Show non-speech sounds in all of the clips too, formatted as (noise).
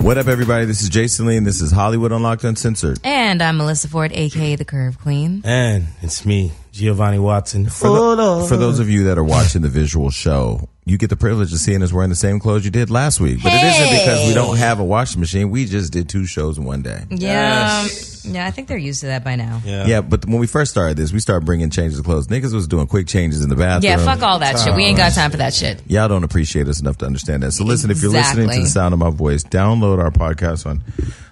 What up, everybody? This is Jason Lee, and this is Hollywood Unlocked Uncensored. And I'm Melissa Ford, aka the Curve Queen. And it's me, Giovanni Watson. For, tho- for those of you that are watching the visual show, you get the privilege of seeing us wearing the same clothes you did last week. But it isn't because we don't have a washing machine. We just did two shows in one day. Yeah, um, yeah. I think they're used to that by now. Yeah. but when we first started this, we started bringing changes of clothes. Niggas was doing quick changes in the bathroom. Yeah, fuck all that shit. We ain't got time for that shit. Y'all don't appreciate us enough to understand that. So listen, if you're listening to Exactly. the sound of my voice, download our podcast on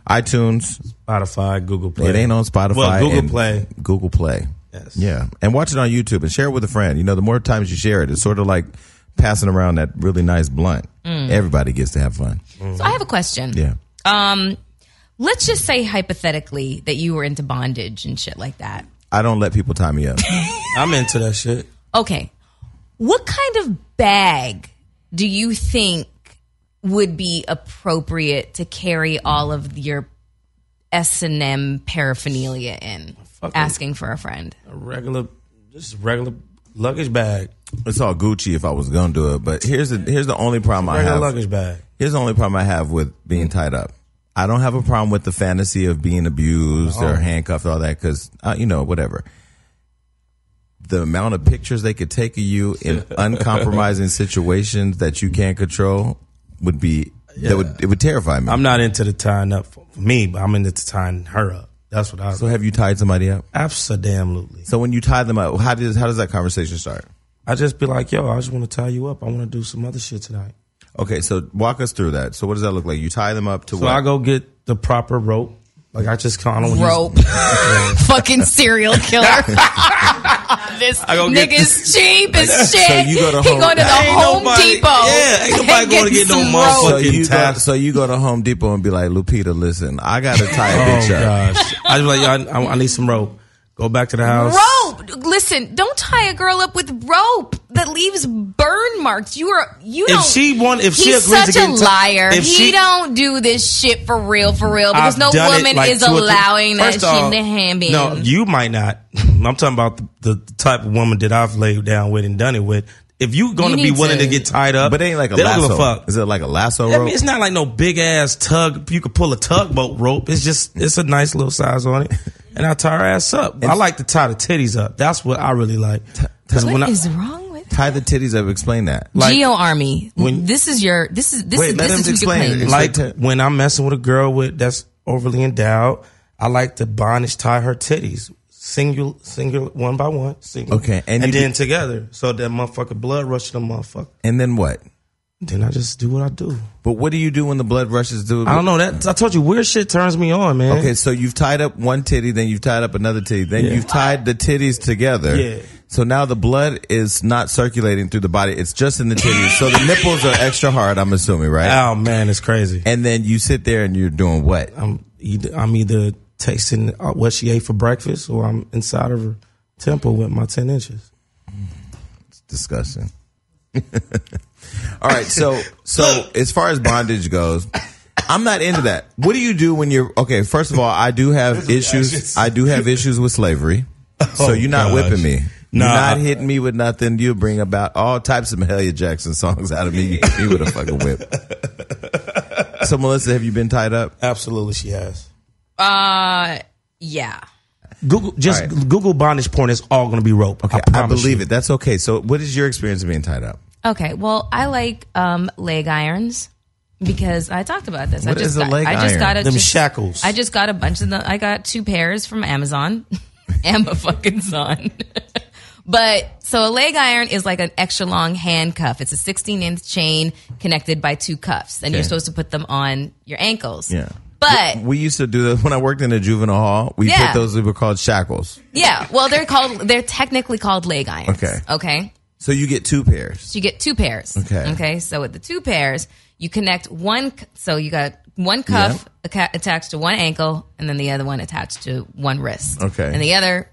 iTunes. Spotify, Google Play. It ain't on Spotify. Well, Google and Play. Google Play. Yes. Yeah, and watch it on YouTube and share it with a friend. You know, the more times you share it, it's sort of like passing around that really nice blunt. Everybody gets to have fun. So I have a question. Yeah. Um, let's just say hypothetically that you were into bondage and shit like that. I don't let people tie me up. I'm into that shit. Okay. What kind of bag do you think would be appropriate to carry all of your S and M paraphernalia in? Fucking- Asking for a friend. A regular, just regular luggage bag. it's all Gucci if I was gonna do it, but here's the here's the only problem I Regular have. luggage bag. Here's the only problem I have with being tied up. I don't have a problem with the fantasy of being abused Oh. or handcuffed, all that, because uh, you know whatever. The amount of pictures they could take of you (laughs) in uncompromising situations that you can't control would be that would it would terrify me. I'm not into the tying up for for me, but I'm into the tying her up. That's what I. so have you tied somebody up? absolutely. So when you tie them up, how does how does that conversation start? I just be like, yo, I just want to tie you up. I want to do some other shit tonight. Okay, so walk us through that. So what does that look like? You tie them up to So what? I go get the proper rope. Like I just kind of Rope. (laughs) Fucking serial killer. (laughs) this get nigga's cheap as shit. So you go to he Home- go to the Ain't Home nobody- Depot. yeah, ain't and nobody gonna get no some motherfucker. so rope. fucking you go, task. so you go to Home Depot and be like, Lupita, listen, I got to tie (laughs) a Oh bitch up. gosh, I just be like, yo, I, I need some rope. Go back to the house. Rope. Listen, don't tie a girl up with rope that leaves burn marks. You are you If don't. she want- if she he's agrees to such get a in t- liar. if he she- don't do this shit for real, for real, because I've no done it, woman like, is two or three- allowing that First shit off, to happen. No, you might not. (laughs) I'm talking about the, the type of woman that I've laid down with and done it with. If you're going to You be need willing to, to- get tied up, But it ain't like a they lasso. don't give a fuck. Is it like a lasso I rope? mean, it's not like no big ass tug. You could pull a tugboat rope. It's just it's a nice little size on it, and I tie her ass up. I like to tie the titties up. That's what I really like. Because what I is wrong with? tie the titties up. Explain that. like- Geo Army. when- this is your. This is this Wait, is let this him is who explain you're playing. it. like Say t- when I'm messing with a girl with that's overly endowed, I like to bondage tie her titties. Single, single, one by one, single. Okay, and and, you then together, so that motherfucker blood rush to the motherfucker. And then what? Then I just do what I do. But what do you do when the blood rushes through? I don't know that. I told you weird shit turns me on, man. Okay, so you've tied up one titty, then you've tied up another titty, then you've tied the titties together. Yeah. So now the blood is not circulating through the body; it's just in the titties. so the nipples are extra hard. I'm assuming, right? Oh man, it's crazy. And then you sit there and you're doing what? I'm either I'm either tasting uh, what she ate for breakfast, or I'm inside of her temple with my ten inches. discussion. (laughs) All right, so so as far as bondage goes, I'm not into that. What do you do when you're okay? First of all, I do have issues. I do have issues with slavery. So you're not Oh, gosh. whipping me. Nah. You're not hitting me with nothing. You bring about all types of Mahalia Jackson songs out of me. You hit me with a fucking whip. So Melissa, have you been tied up? Absolutely, she has. Uh, yeah. Google just All right. Google bondage porn. It's all gonna be rope. Okay, I, promise believe you. it. That's okay. So what is your experience of being tied up? Okay. Well, I like um leg irons because I talked about this. What I just is a got, leg I just iron? got a Them just- shackles. I just got a bunch of them. I got two pairs from Amazon. (laughs) Emma fucking son. (laughs) but so a leg iron is like an extra long handcuff. It's a 16 inch chain connected by two cuffs, and you're Okay. supposed to put them on your ankles. Yeah. But We used to do that when I worked in a juvenile hall. We Yeah. put those. We were called shackles. yeah, well, they're called. They're technically called leg irons. Okay. Okay. So you get two pairs. So you get two pairs. Okay. Okay. So with the two pairs, you connect one. c- So you got one cuff aca- attached to one ankle, and then the other one attached to one wrist. Okay. And the other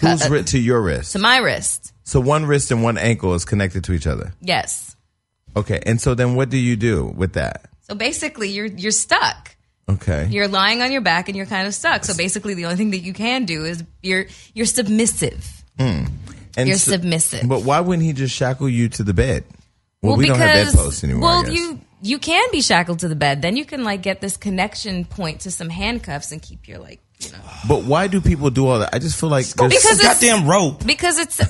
Who's writ to your wrist? to my wrist. So one wrist and one ankle is connected to each other. Yes. Okay. And so then what do you do with that? So basically, you're you're stuck. Okay. You're lying on your back, and you're kind of stuck. So basically, the only thing that you can do is you're you're submissive. and You're so- submissive. But why wouldn't he just shackle you to the bed? Well, we don't have bedposts anymore. Well, I guess. you you can be shackled to the bed. Then you can like get this connection point to some handcuffs and keep your like, you know, But why do people do all that? I just feel like there's- Because Because it's- goddamn rope. because it's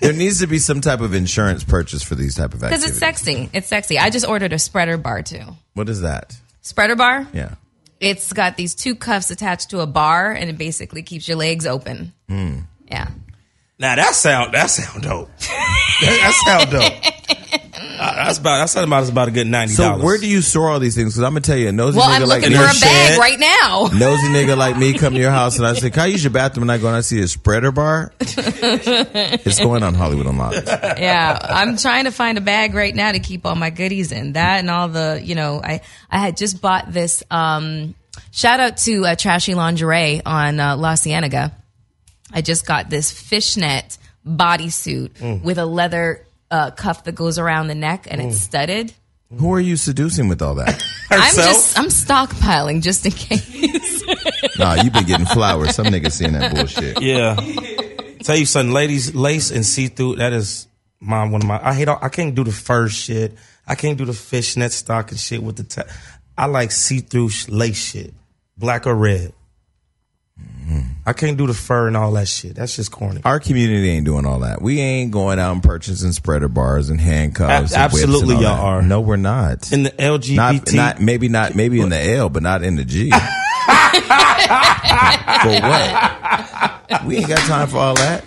there needs to be some type of insurance purchase for these type of because activities. it's sexy. It's sexy. I just ordered a spreader bar too. What is that? Spreader bar. Yeah. It's got these two cuffs attached to a bar, and it basically keeps your legs open. Hmm. Yeah. Now that sound that sound dope. (laughs) that, (laughs) that sound dope. Uh, that's about that sound about is about a good ninety So dollars. where do you store all these things? Because I'm gonna tell you, a nosy Well, nigga I'm like looking me, for a this bag shit. (laughs) right now. nosy nigga like me, come to your house and I say, "Can I use your bathroom?" And I go and I see a spreader bar. it's going on Hollywood Unlocked. yeah, I'm trying to find a bag right now to keep all my goodies in. That and all the, you know, I I had just bought this. Um, shout out to uh, Trashy Lingerie on uh, La Cienega. I just got this fishnet bodysuit Mm. with a leather uh, cuff that goes around the neck and it's studded. Who are you seducing with all that? I'm Herself? just I'm stockpiling just in (laughs) case. nah, you've been getting flowers. Some niggas seeing that bullshit. (laughs) Yeah. Tell you something, ladies, lace and see through. That is my one of my. I hate. All, I can't do the fur shit. I can't do the fishnet stocking shit with the. T- I like see through lace shit, black or red. Mm-hmm. I can't do the fur and all that shit. That's just corny. Our community ain't doing all that. We ain't going out and purchasing spreader bars and handcuffs. Ab- and whips and absolutely all y'all that. are. No, we're not. In the E Not, LGBT, not maybe not maybe in the L, but not in the G. (laughs) for what? We ain't got time for all that.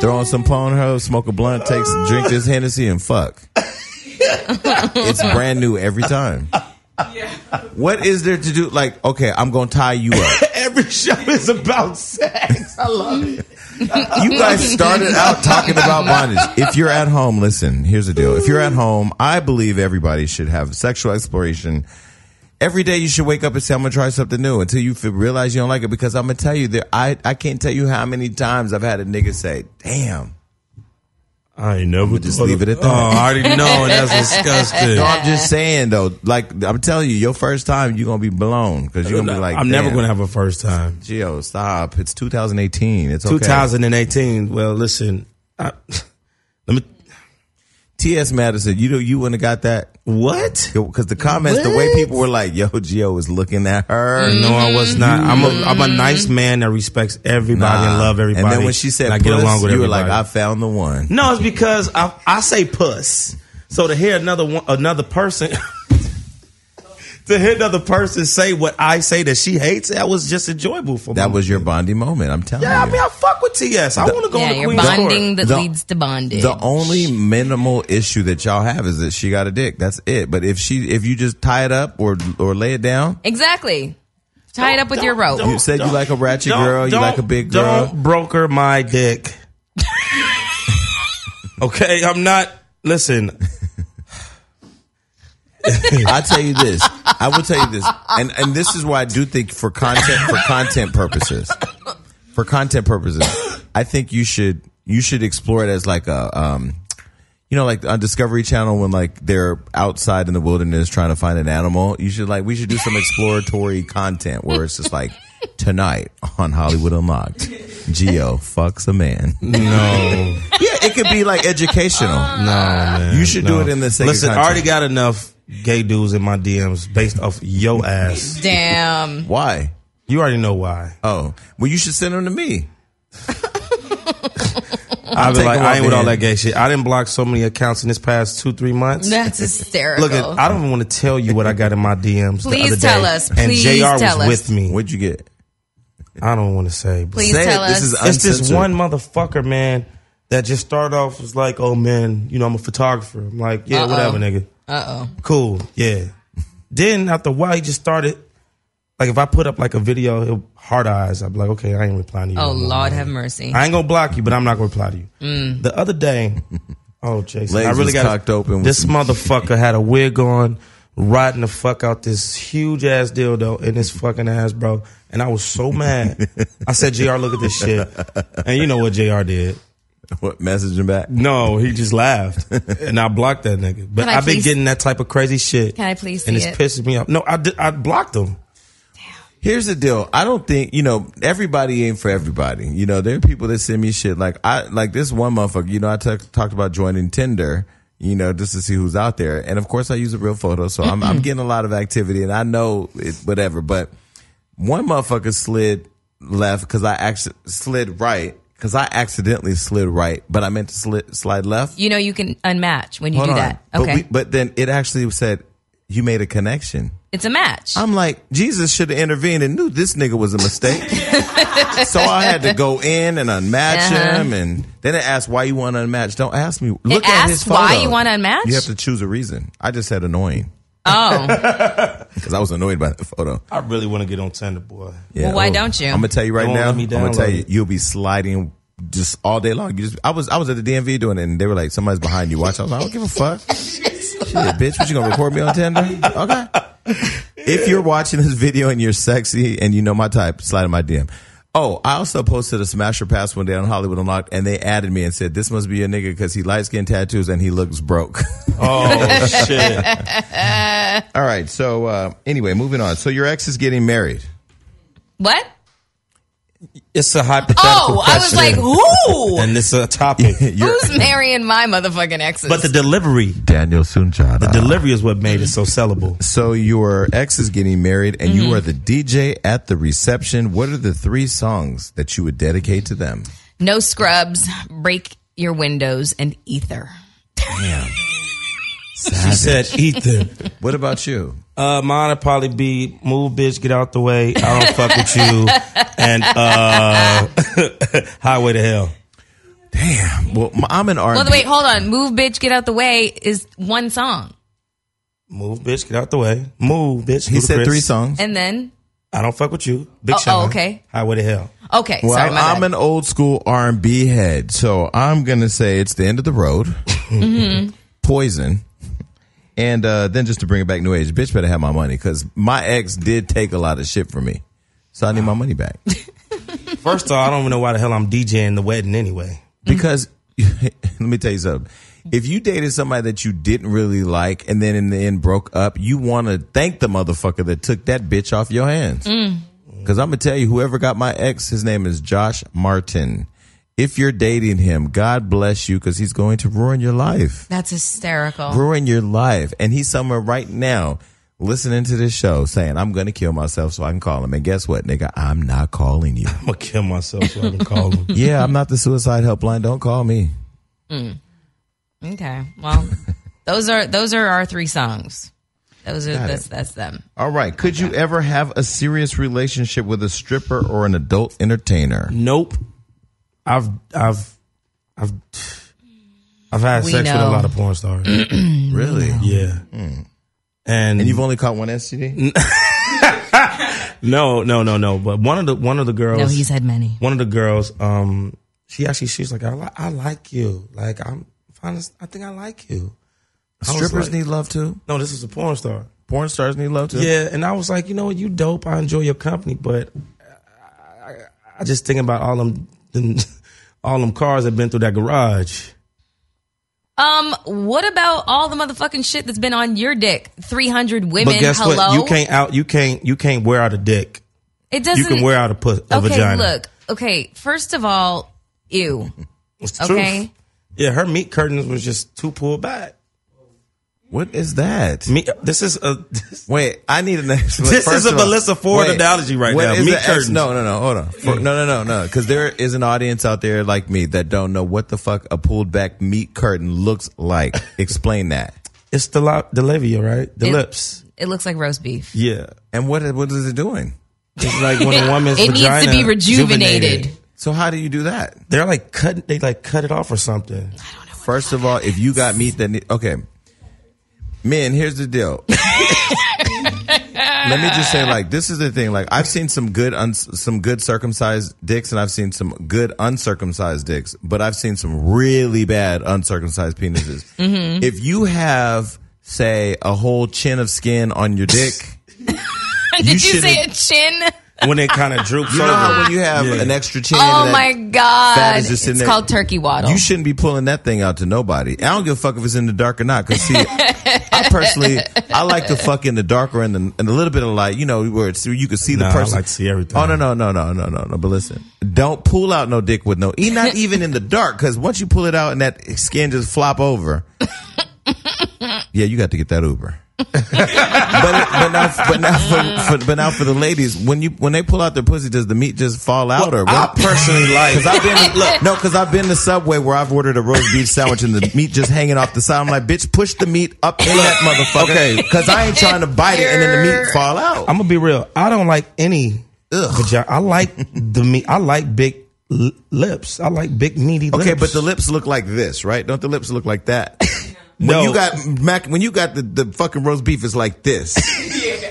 Throw on some Pornhub, smoke a blunt, take some, drink this Hennessy, and fuck. it's brand new every time. What is there to do? Like, okay, I'm gonna tie you up. (laughs) every show is about sex. I love it. You guys started out talking about bondage. If you're at home, listen. Here's the deal. If you're at home, I believe everybody should have sexual exploration. Every day you should wake up and say, I'm gonna try something new until you feel, realize you don't like it. Because I'm gonna tell you that I, I can't tell you how many times I've had a nigga say, damn. I ain't never just leave it at that. Oh, I already know (laughs) that's disgusting. No, I'm just saying though, like I'm telling you, your first time you're gonna be blown because you're gonna be like, I'm never "Damn, gonna have a first time. Gio, stop. It's 2018. It's okay. 2018. Well, listen, I, (laughs) let me. T.S. Madison, you know you wouldn't have got that What? because the comments, the way people were like, "Yo, Gio was looking at her." No, I was not. I'm a I'm Mm-hmm. a nice man that respects everybody and love everybody. And then when she said, and I puss, get along with you were everybody. like, "I found the one." no, it's because I I say puss. So to hear another one, another person. (laughs) To hear another person say what I say that she hates, that was just enjoyable for me. That was your Bondi moment. I'm telling yeah. I you. mean, I fuck with TS. I want to go yeah, on the you're Queen's Court. bonding that The- leads to bondage. the only minimal issue that y'all have is that she got a dick. That's it. But if she, if you just tie it up or or lay it down, exactly. Tie it up with Don't- your rope. don't- You said you don't- like a ratchet don't- girl, you don't- like a big girl. Don't broker my dick. okay, I'm not. Listen, I tell you this. I will tell you this, and and this is why I do think for content for content purposes, for content purposes, I think you should you should explore it as like a um, you know, like on Discovery Channel when like they're outside in the wilderness trying to find an animal. You should like we should do some exploratory content where it's just like tonight on Hollywood Unlocked, Geo fucks a man. no, (laughs) no, yeah, it could be like Uh. educational. man. You should do no. it in the same. Listen, I content. already got enough gay dudes in my DMs based off yo ass. Damn. why? You already know why. Oh, well, you should send them to me. I've been like, taking I ain't with all off the that gay shit. I didn't block so many accounts in this past two, three months. That's hysterical. Look, I don't even want to tell you what I got in my DMs. the Please other tell day. us. And Please Jr. was tell us. with me. What'd you get? I don't want to say. But Please Say it. tell us. This is it's this Uncensored. one motherfucker, man, that just started off was like, "Oh man, you know I'm a photographer." I'm like, "Yeah, Uh-oh. whatever, nigga. Uh oh. Cool, yeah." then after a while, he just started like, if I put up like a video, he'll hard eyes. I'm like, "Okay, I ain't replying to you." Oh no more, Lord, man. have mercy. I ain't gonna block you, but I'm not gonna reply to you. Mm. The (laughs) other day, oh Jason, Legs I really was got cocked open with This some- motherfucker had a wig on, riding the fuck out this huge ass dildo in his fucking ass, bro. And I was (laughs) so mad. I said, "Jr, look at this shit." And you know what Jr did? (laughs) What messaging back? No, he just laughed, and I blocked that nigga. But Can I I've been please- getting that type of crazy shit. Can I please And see it's it? pissing me off. No, I did, I blocked him. Here's the deal. I don't think you know everybody ain't for everybody. You know there are people that send me shit like I like this one motherfucker. You know I t- talked about joining Tinder you know, just to see who's out there. And of course, I use a real photo, so I'm, I'm getting a lot of activity, and I know it, whatever. But one motherfucker slid left because I actually slid right because I accidentally slid right, but I meant to slid, slide left. You know you can unmatch when you do that. But, Okay. we, but then it actually said you made a connection. it's a match. I'm like, Jesus should have intervened and knew this nigga was a (laughs) mistake. so I had to go in and unmatch Uh-huh. him, and then it asked why you want to unmatch. Don't ask me. Look it at his asked photo. why you want to unmatch? You have to choose a reason. I just said annoying oh, because I was annoyed by that photo. I really want to get on Tinder, boy. Well, why don't you? I'm gonna oh, tell you right Don't now. let me I'm gonna tell download you, it. you'll be sliding just all day long. You just, I was, I was at the DMV doing it, and they were like, "Somebody's behind you. Watch." I was like, "I don't give a (laughs) fuck." Shit, bitch, what you gonna record me on Tinder? Okay. If you're watching this video and you're sexy and you know my type, slide in my DM. Oh, I also posted a smasher pass one day on Hollywood Unlocked, and they added me and said, "This must be a nigga because he light skin tattoos and he looks broke." (laughs) Oh (laughs) shit! All right. So uh, anyway, moving on. So your ex is getting married. (laughs) what? It's a hypothetical Oh, I was question. like, who? and it's a (laughs) topic. (laughs) Who's marrying my motherfucking exes? but the delivery, Daniel Sunjata. the delivery is what made it so sellable. So your ex is getting married, and you are the DJ at the reception. What are the three songs that you would dedicate to them? no scrubs, break your windows and ether. She said, "Ethan, What about you? (laughs) uh, mine'd probably be move, bitch, get out the way. I (laughs) don't fuck with you." And uh, (laughs) highway to hell. Damn. Well, m- I'm an Well, artist. wait, hold on. Move, bitch, get out the way is one song, Move, bitch, get out the way. Move, bitch. he said Ludacris. three songs. and then I don't fuck with you. Big Oh, Sean. oh, okay. Highway to hell. okay, Well, sorry, my I'm bad. an old school R&B head, so I'm gonna say it's the end of the road. (laughs) Poison. And uh, then just to bring it back new age, bitch better have my money because my ex did take a lot of shit from me, so I need my money back. First of all, I don't even know why the hell I'm DJing the wedding anyway. Because (laughs) let me tell you something. If you dated somebody that you didn't really like and then in the end broke up, you want to thank the motherfucker that took that bitch off your hands. Because I'm going to tell you, whoever got my ex, his name is Josh Martin. If you're dating him, God bless you because he's going to ruin your life. That's hysterical. Ruin your life. And he's somewhere right now listening to this show saying, I'm going to kill myself so I can call him. And guess what, nigga? I'm not calling you. I'm gonna kill myself so I can call him. yeah, I'm not the suicide helpline. Don't call me. Okay, well, those are those are our three songs. Those are that's that's them. All right. Could you ever have a serious relationship with a stripper or an adult entertainer? (laughs) Nope. I've I've I've I've had We sex with know. a lot of porn stars. Really? yeah. And, And you've only caught one STD? no, no, no, no. But one of the one of the girls No, he's had many. one of the girls, um, she actually she's like, I li- I like you. Like I'm fine, I think I like you. I was Strippers like- need love too. No, this is a porn star. Porn stars need love too. Yeah, and I was like, you know what, you dope. I enjoy your company, but I, I, I just think about all them, them (laughs) all them cars that been through that garage. Um, what about all the motherfucking shit that's been on your dick? Three hundred women. But guess hello. what? You can't out. You can't. You can't wear out a dick. It doesn't. You can wear out a, pus- a okay, vagina. look. Okay, first of all, ew. It's the Okay. truth. Yeah, her meat curtains was just too pulled back. What is that? Me, this is a. (laughs) This, Wait, I need an explanation. Mm. This is a Melissa Ford analogy right now. Meat curtains. no, no, no. Hold on. For- no, no, no, no. Because there is an audience out there like me that don't know what the fuck a pulled back meat curtain looks like. Explain that. it's the li- the labia, right? The It- lips. It looks like roast beef. (laughs) Yeah. And what what is it doing? It's like when a woman's It needs to vagina be rejuvenated. So how do you do that? They're like cut. They like cut it off or something. First of all, if you got meat that need, okay, men, here's the deal. Let me just say, like, this is the thing. Like, I've seen some good, un- some good circumcised dicks, and I've seen some good uncircumcised dicks, but I've seen some really bad uncircumcised penises. Mm-hmm. If you have, say, a whole chin of skin on your dick, (laughs) Did you should've- say a chin? When (laughs) it kind of droops you know how over. when you have Yeah. an extra chin, Oh that- my god! is just It's in there. called turkey waddle. You shouldn't be pulling that thing out to nobody. I don't give a fuck if it's in the dark or not. Cause see, I personally, I like to fuck in the dark or in, the, in a little bit of light. You know, where it's, you can see the Nah, I person. like to see everything. Oh no no no no no no no. But listen, don't pull out no dick with no. e- Not even in the dark, because once you pull it out and that skin just flop over. Yeah, you got to get that Uber. but, but now, but now for, for, but now for the ladies, when you when they pull out their pussy, does the meat just fall out or I what? (laughs) personally like. Because I've been look, no, because I've been to Subway where I've ordered a roast beef sandwich and the meat just hanging off the side. I'm like, bitch, push the meat up in that motherfucker. Okay, because I ain't trying to bite it and then the meat fall out. I'm gonna be real. I don't like any Ugh. vagina. I like the meat. I like big li- lips. I like big meaty. Okay, lips. but the lips look like this, right? Don't the lips look like that? When No. you got mac, when you got the, the fucking roast beef, it's like this.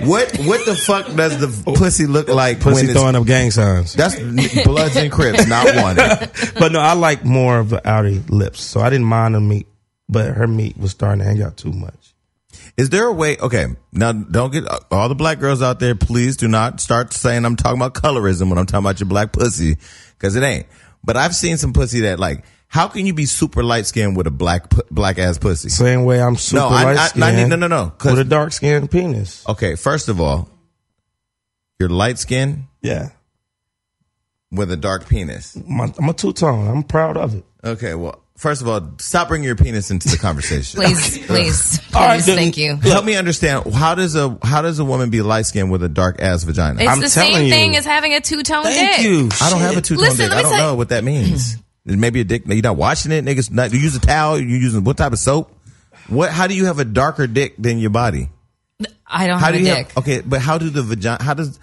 What what the fuck does the pussy look like pussy when it's throwing up gang (laughs) signs. That's Bloods and Crips, not wanted. but no, I like more of the outer lips. So I didn't mind her meat, but her meat was starting to hang out too much. Is there a way? Okay, now don't get all the black girls out there. Please do not start saying I'm talking about colorism when I'm talking about your black pussy, because it ain't. But I've seen some pussy that like, how can you be super light skinned with a black pu- black ass pussy? Same way I'm super No, I- I- I light need- skinned. no, no, no, 'cause- With a dark skinned penis. Okay, first of all, you're light skinned Yeah. with a dark penis. My, I'm a two tone. I'm proud of it. Okay, well, first of all, stop bringing your penis into the conversation. Please, please, please. All right, then. thank you. Help me understand how does a how does a woman be light skinned with a dark ass vagina? It's I'm the telling same you. thing as having a two tone dick. Thank you. I don't have a Shit. two tone Listen, dick. let me I don't tell know what that means. Maybe a dick. You're not washing it, niggas. Not, you use a towel. You using what type of soap? What? How do you have a darker dick than your body? I don't How have do a you dick. have? Okay, but how do the vagina? How does?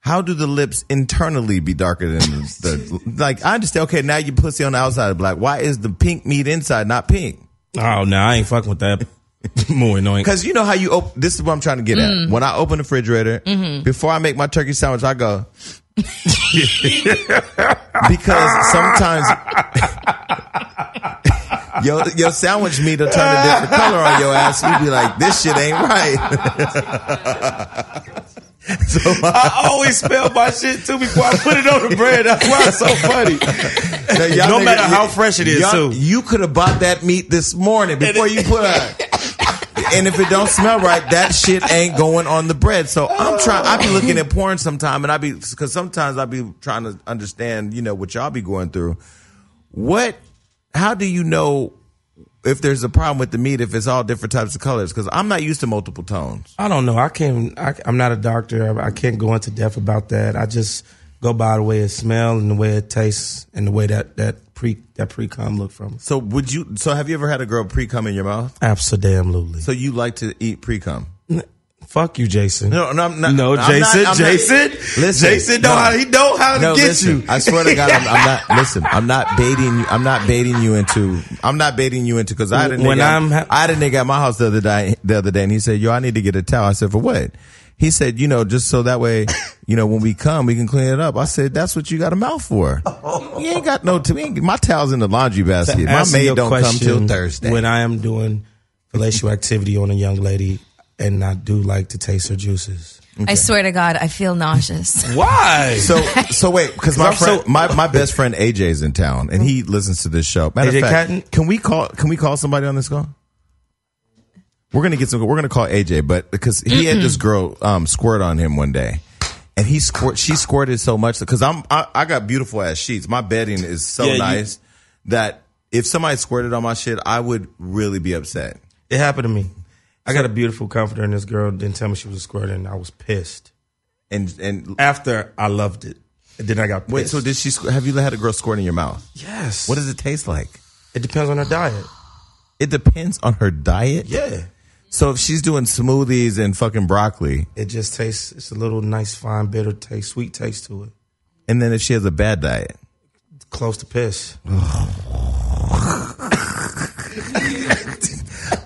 How do the lips internally be darker than (laughs) the, the like? I understand. Okay, now you pussy on the outside is black. Why is the pink meat inside not pink? Oh, no, I ain't fucking with that. (laughs) More annoying. Because you know how you open. This is what I'm trying to get at. When I open the refrigerator, before I make my turkey sandwich, I go. because sometimes your your sandwich meat will turn a different color on your ass. You be like, this shit ain't right. (laughs) I always spell my shit too before I put it on the bread. That's why it's so funny. Y'all No niggas- matter how fresh it is, y'all- too. You could have bought that meat this morning before you put (laughs) it. And if it don't smell right, that shit ain't going on the bread. So I'm trying. I be looking at porn sometime, and I be because sometimes I be trying to understand, you know, what y'all be going through. What? How do you know if there's a problem with the meat if it's all different types of colors? Because I'm not used to multiple tones. (laughs) I don't know. I can't. I, I'm not a doctor. I, I can't go into depth about that. I just go by the way it smells and the way it tastes and the way that that pre that pre cum look from. So would you? So have you ever had a girl pre cum in your mouth? Absolutely. So you like to eat pre cum? Fuck you, Jason. No, no, I'm not. No, I'm not- Jason, I'm not- Jason, Listen, Jason know no. how he know how to No, get listen, you. I swear to (laughs) God, I'm, I'm not. Listen, I'm not baiting. you I'm not baiting you into. I'm not baiting you into because I had a nigga. When I'm ha- I had a nigga at my house the other day. The other day, and he said, "Yo, I need to get a towel." I said, "For what?" He said, "You know, just so that way, you know, when we come, we can clean it up." I said, "That's what you got a mouth for. You ain't got no. To me, my towel's in the laundry basket. My Answer maid your don't come question, till Thursday. When I am doing fellatio activity on a young lady, and I do like to taste her juices. I swear to God, I feel nauseous. (laughs) Why? So so wait, because my I'm friend, so- my, my best friend AJ's in town and he listens to this show. Matter AJ of fact, Cotton? can we call can we call somebody on this call? We're gonna get some. We're gonna call AJ, but because he had this girl um, squirt on him one day, and he squirt, she squirted so much because I'm I, I got beautiful ass sheets. My bedding is so Yeah, you- nice that if somebody squirted on my shit, I would really be upset. It happened to me. I got a beautiful comforter, and this girl didn't tell me she was a squirt, and I was pissed. And and After I loved it, and then I got pissed. wait, so did she? squ- Have you had a girl squirt in your mouth? yes. What does it taste like? It depends on her diet. It depends on her diet. Yeah. So if she's doing smoothies and fucking broccoli, It just tastes. It's a little nice, fine, bitter taste, sweet taste to it. and then if she has a bad diet, Close to piss.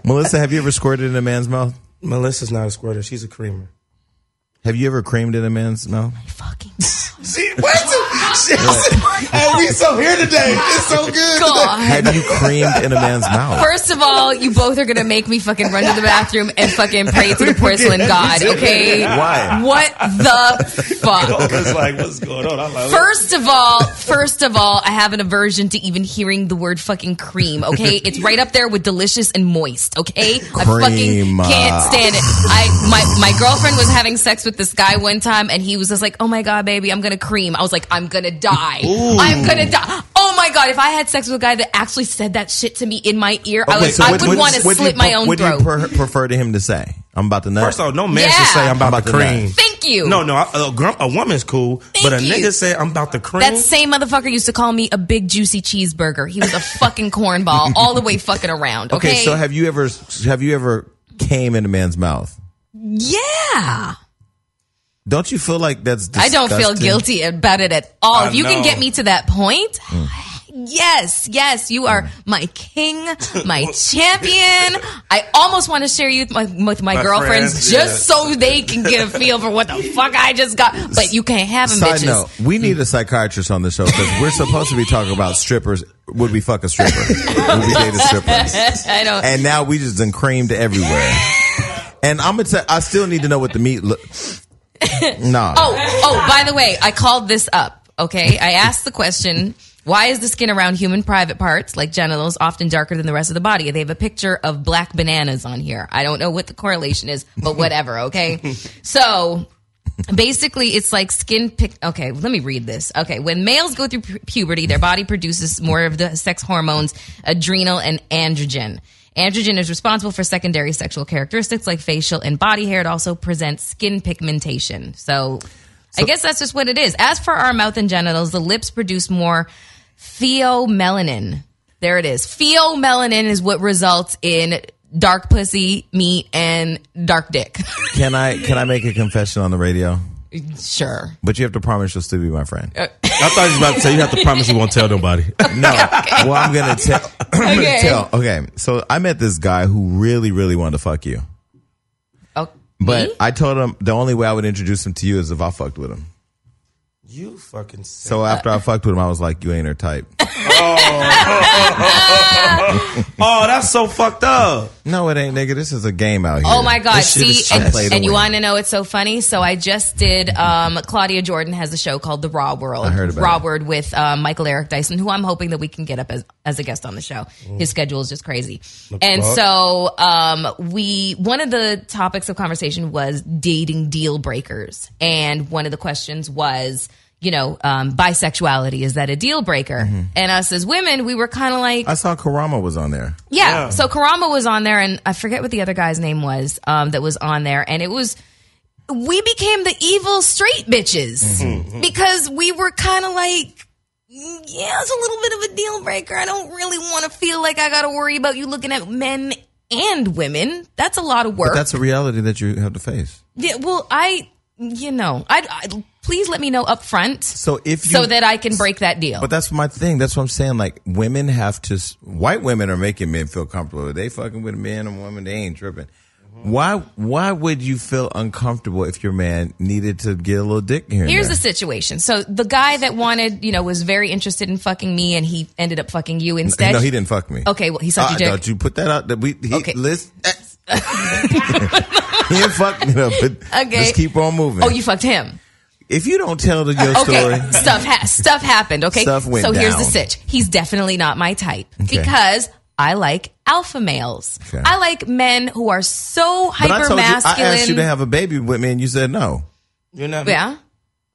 Melissa, have you ever squirted in a man's mouth? Melissa's not a squirter. She's a creamer. Have you ever creamed in a man's mouth? (laughs) Fucking She, what? oh, we so here today. It's so good. God. Have you creamed in a man's mouth? First of all, you both are gonna make me fucking run to the bathroom and fucking pray (laughs) to the porcelain god, okay? Why? What (laughs) the fuck? (laughs) It's like, what's going on? I'm (laughs) like, First of all, first of all, I have an aversion to even hearing the word fucking cream, okay? It's right up there with delicious and moist, okay? I fucking Cream, uh. can't stand it. I my my girlfriend was having sex with this guy one time and he was just like, "Oh my god, baby, I'm going to cream." I was like, "I'm going gonna die. I'm gonna die. Oh my god! If I had sex with a guy that actually said that shit to me in my ear, I Okay, would, so I what- would what- want to what do you slit my pre- own what throat. do you pre- prefer to him to say? I'm about to nut. First off, no man should Yeah. say I'm about, About to to cream. nut. Thank you. No, no, I- a, gr- a woman's cool, but a Thank you. nigga said I'm about to cream. That same motherfucker used to call me a big juicy cheeseburger. He was a fucking cornball all the way fucking around. Okay. okay, so have you ever have you ever came in a man's mouth? yeah. Don't you feel like that's I disgusting? don't feel guilty about it at all. I if you can know. get me to that point, yes, yes, you are my king, my champion. I almost want to share you with my, with my, My girlfriends friends, just so they can get a feel for what the fuck I just got. But you can't have them, Side bitches. note, we need a psychiatrist on the show because we're supposed to be talking about strippers. Would we fuck a stripper? Would we date a (laughs) stripper? I don't. And now we just done creamed (laughs) everywhere. And I'm gonna tell. I still need to know what the meat look. Nah. Oh, oh, by the way, I called this up, okay? I asked the question, why is the skin around human private parts, like genitals, often darker than the rest of the body? They have a picture of black bananas on here. I don't know what the correlation is, but whatever, okay? So, basically it's like skin pick okay let me read this okay when males go through pu- puberty their body produces more of the sex hormones adrenal and androgen androgen is responsible for secondary sexual characteristics like facial and body hair it also presents skin pigmentation so, i guess that's just what it is as for our mouth and genitals the lips produce more pheomelanin there it is pheomelanin is what results in dark pussy meat and dark dick (laughs) Can I can I make a confession on the radio? sure But you have to promise you'll still be my friend. Uh, I thought you was about to say you have to promise you won't (laughs) tell nobody. (laughs) No. Well, I'm gonna tell. I'm gonna Okay. tell. Okay. So I met this guy who really, really wanted to fuck you, Oh, but me? I told him the only way I would introduce him to you is if I fucked with him. you fucking. So So Uh. after I fucked with him, I was like, "You ain't her (laughs) type." oh, that's so fucked up. no, it ain't, nigga. This is a game out here. oh my god! This shit See, is and, shit. and you want to know it's so funny? So I just did. Um, Claudia Jordan has a show called The Raw World. I heard about Raw it. World with um, Michael Eric Dyson, who I'm hoping that we can get up as, as a guest on the show. Mm. His schedule is just crazy. and fuck. so um, we one of the topics of conversation was dating deal breakers, and one of the questions was. You know, um, bisexuality is that a deal breaker? Mm-hmm. And us as women, we were kind of like, I saw Karama was on there. Yeah. Yeah. So Karama was on there, and I forget what the other guy's name was um, that was on there, and it was we became the evil straight bitches Mm-hmm. because we were kind of like. Yeah, it's a little bit of a deal breaker. I don't really want to feel like I got to worry about you looking at men and women. That's a lot of work. That's a reality that you have to face. yeah, well, I, you know, I, I please let me know up front So if you, so that I can break that deal. but that's my thing. That's what I'm saying. Like women have to. s- White women are making men feel comfortable. They fucking with a man and woman. They ain't tripping. Why? Why would you feel uncomfortable if your man needed to get a little dick here? and Here's there? the situation. So the guy that wanted, you know, was very interested in fucking me, and he ended up fucking you instead. Uh, No, he didn't Uh, fuck me. Okay, well, he I, sucked your dick. Don't you put that out? That we he, Okay. List. (laughs) (laughs) he didn't fuck me up. But Okay. Just keep on moving. Oh, you fucked him. if you don't tell the, your Okay, story, stuff ha- stuff happened. Okay, Stuff went so here's the down. sitch. He's definitely not my type Okay. because I like alpha males. Okay. I like men who are so but I hyper told you I asked you to masculine. have a baby with me, and you said no. You're not. Yeah.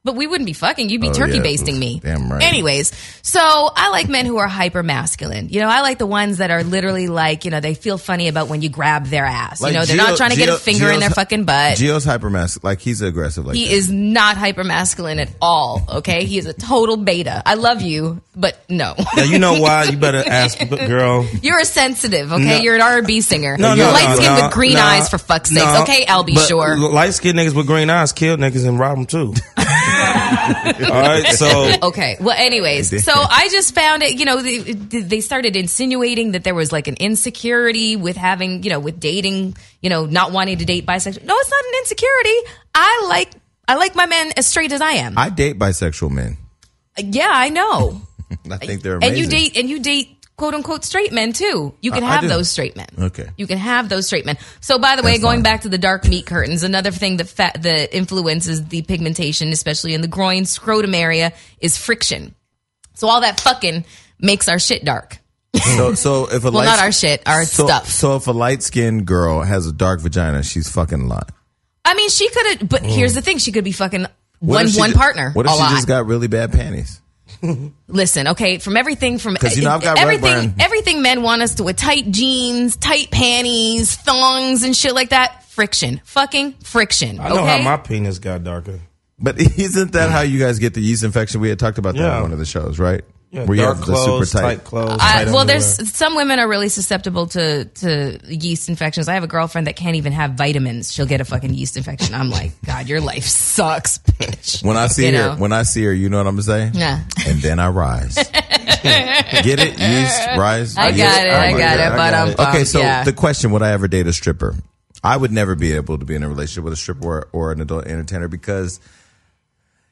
But we wouldn't be fucking. You'd be Oh, turkey yeah. basting me. Damn right. Anyways, so I like men who are hyper masculine. You know, I like the ones that are literally like, you know, they feel funny about when you grab their ass. Like you know, they're Gio- not trying to get a Gio- finger in Gio's- their fucking butt. Geo's hypermasculine. Like he's aggressive. Like He that. is not hyper masculine at all. Okay, he is a total beta. I love you, but no. (laughs) (laughs) Now you know why? You better ask, but girl. You're a sensitive, okay? No. You're an R&B singer. No, You're no, light no, skinned no, with green no, eyes, for fuck's sake. no. okay, I'll be But sure. Light skinned niggas with green eyes kill niggas and rob (laughs) them too. All right, so okay. Well, anyways, so I just found it. You know, they, they started insinuating that there was like an insecurity with having, you know, with dating. You know, not wanting to date bisexual. No, it's not an insecurity. I like. I like my men as straight as I am. I date bisexual men. yeah, I know. I think they're amazing. And you date and you date quote unquote straight men too. You can I- I have do. those straight men. Okay. You can have those straight men. So by the way, That's going fine. back to the dark meat curtains, another thing that fat that influences the pigmentation, especially in the groin scrotum area, is friction. So all that fucking makes our shit dark. So, so if a Well, light, not our shit, our so, stuff. So if a light skinned girl has a dark vagina, she's fucking lying. I mean, she could have, but here's the thing: she could be fucking Oh. What one if she one ju- partner What a if she lot. just got really bad panties? Listen, okay, from everything from 'Cause, you know, I've got everything Redburn. everything men want us to with tight jeans, tight panties, thongs and shit like that. Friction. Fucking friction. I know okay? how my penis got darker. But (laughs) isn't that how you guys get the yeast infection? We had talked about that Yeah. on one of the shows, right? Yeah, Where you dark have the super clothes, tight. tight I- clothes. tight well, underwear. there's some women are really susceptible to to yeast infections. I have a girlfriend that can't even have vitamins; she'll get a fucking yeast infection. I'm like, (laughs) God, your life sucks, bitch. When I see You her, know. when I see her, you know what I'm saying? Yeah. And then I (laughs) rise. get it? Yeast rise. I Yeast? got it, I Oh my got it, but I'm Okay, bummed, so Um, yeah. the question: Would I ever date a stripper? I would never be able to be in a relationship with a stripper or, or an adult entertainer because,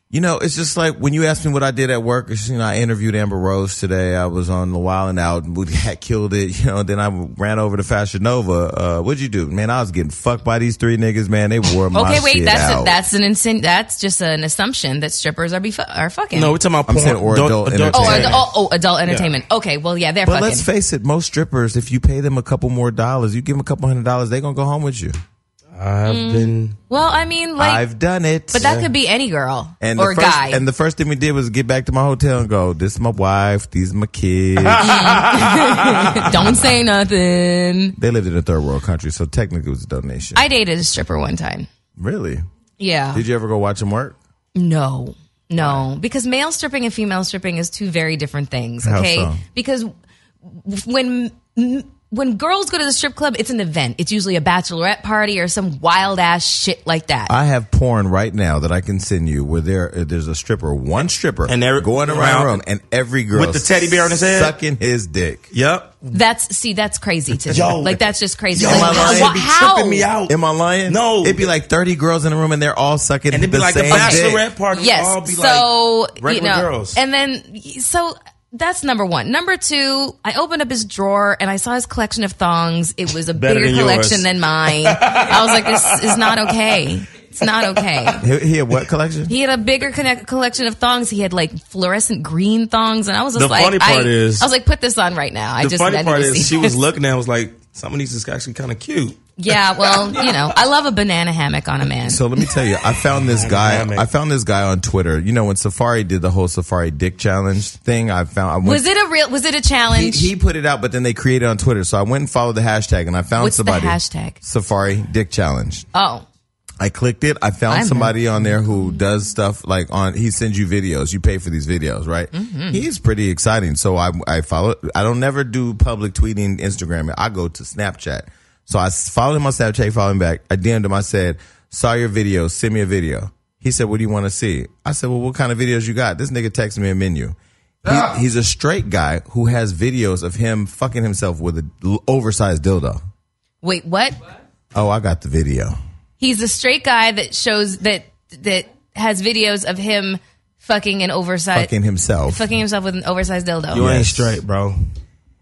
you know, it's just like when you asked me what I did at work. it's, You know, I interviewed Amber Rose today. I was on the Wild and Out. and We (laughs) had killed it. You know, then I ran over to Fashion Nova. Uh, what'd you do, man? I was getting fucked by these three niggas, man. They (laughs) wore my Okay, wait, shit that's a, out. that's an insin- that's just an assumption that strippers are be fu- are fucking. no, we're talking about I'm porn. saying or adult oh, entertainment. ad- oh, oh, adult entertainment. Okay, well, yeah, they're But fucking. let's face it, most strippers, if you pay them a couple more dollars, you give them a couple hundred dollars, they're gonna go home with you. I've mm. been. well, I mean, like, I've done it. but that could be any girl and or the first, guy. And the first thing we did was get back to my hotel and go, This is my wife, these are my kids. (laughs) (laughs) Don't (laughs) say nothing. they lived in a third world country, so technically it was a donation. I dated a stripper one time. really? Yeah. Did you ever go watch them work? No, no, because male stripping and female stripping is two very different things. How Okay, so? because when when girls go to the strip club, it's an event. It's usually a bachelorette party or some wild ass shit like that. I have porn right now that I can send you where there uh, there's a stripper, one stripper, And they're going around, around- the room, and every girl With the teddy bear on his head? sucking his dick. Yep. that's see, that's crazy to me. Yo. like that's just crazy. Yo, like, my how- line be how? tripping me out. Am I lying? No. It'd be like 30 girls in the room and they're all sucking And it'd be the like the same dick. bachelorette party. would Yes. All be so like you regular know, girls. and then so that's number one. Number two, I opened up his drawer and I saw his collection of thongs. It was a Better bigger than collection yours. than mine. I was like, this is not okay. It's not okay. He, he had what collection? He had a bigger connect- collection of thongs. He had like fluorescent green thongs, and I was just The like, funny I, part is- I was like, put this on right now. I the just I funny need part to see is she was this. looking at it was like, some of these is actually kind of cute. yeah. Well, you know, I love a banana hammock on a man. So let me tell you, I found this guy. Dynamic. I found this guy on Twitter. You know, when Safari did the whole Safari Dick Challenge thing, I found. I went, was it a real? Was it a He, challenge? he put it out, but then they created it on Twitter. So I went and followed the hashtag, and I found What's the somebody. hashtag? Safari Dick Challenge. oh, I clicked it. I found I'm somebody on there who does stuff like on. He sends you videos. You pay for these videos, right? He's pretty exciting. So I I follow. I don't never do public tweeting, Instagram. I go to Snapchat. So I s- followed him on Snapchat. Followed him back. I DM'd him. I said, "Saw your video. Send me a video." He said, "What do you want to see?" I said, "Well, what kind of videos you got?" This nigga texted me a menu. He, he's a straight guy who has videos of him fucking himself with an oversized dildo. wait, what? Oh, I got the video. He's a straight guy that shows that that has videos of him fucking an oversized fucking, Fucking himself. himself with an oversized dildo. You ain't Yes. straight, bro.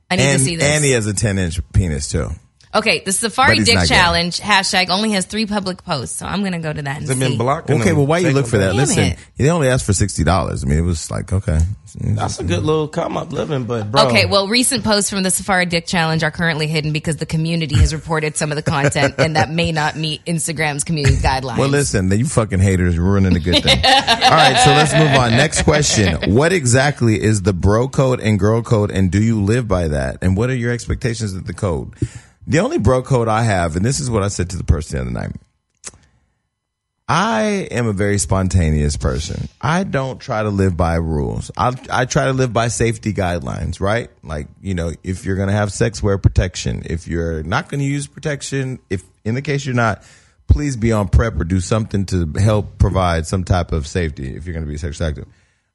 I need to see and, this. and he has a 10 inch penis too. okay, the But Safari he's Dick not gay. Challenge hashtag only has three public posts, so I'm gonna go to that and They've been see. blocking Okay, them. well, why you look for that? Damn Listen, it. they only asked for sixty dollars. I mean, it was like okay, That's a good little come up living, but Oh. bro. Okay, well, recent posts from the Safari Dick Challenge are currently hidden because the community has reported some of the content, and that may not meet Instagram's community guidelines. Well, listen, then you fucking haters ruining the good (laughs) thing. All right, so let's move on. Next question: What exactly is the bro code and girl code, and do you live by that? And what are your expectations of the code? The only bro code I have, and this is what I said to the person the other night. I am a very spontaneous person. I don't try to live by rules. I, I try to live by safety guidelines, right? Like, you know, if you're going to have sex, wear protection. If you're not going to use protection, if in the case you're not, please be on prep or do something to help provide some type of safety if you're going to be sexually active.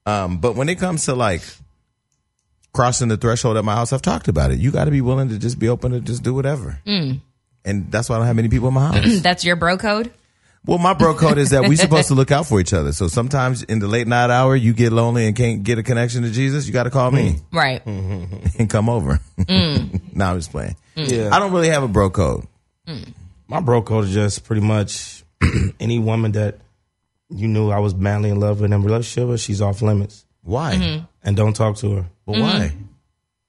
Um, but when it comes to like crossing the threshold at my house, I've talked about it. You got to be willing to just be open to just do whatever. And that's why I don't have many people in my house. That's your bro code. Well, my bro code is that we're supposed to look out for each other. So sometimes in the late night hour, you get lonely and can't get a connection to Jesus. You got to call me Right. (laughs) and come over. (laughs) no, I'm just playing. Yeah. I don't really have a bro code. my bro code is just pretty much (clears throat) any woman that you knew I was madly in love with and in a relationship with, she's off limits. Why? And don't talk to her But why?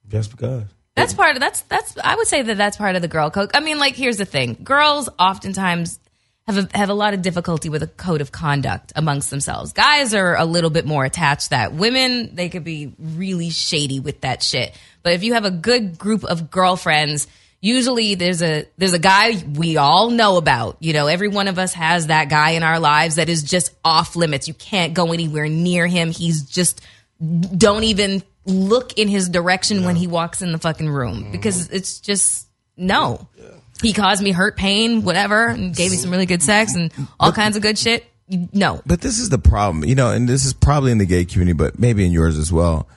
just because. That's part of that's that's I would say that that's part of the girl code. I mean, like here's the thing: girls oftentimes have a, have a lot of difficulty with a code of conduct amongst themselves. Guys are a little bit more attached to that. Women, they could be really shady with that shit. But if you have a good group of girlfriends, usually there's a there's a guy we all know about. You know, every one of us has that guy in our lives that is just off limits. You can't go anywhere near him. He's just don't even look in his direction when he walks in the fucking room because it's just no. He caused me hurt, pain, whatever, and gave me some really good sex and all kinds of good shit. No. But this is the problem, you know, and this is probably in the gay community, but maybe in yours as well.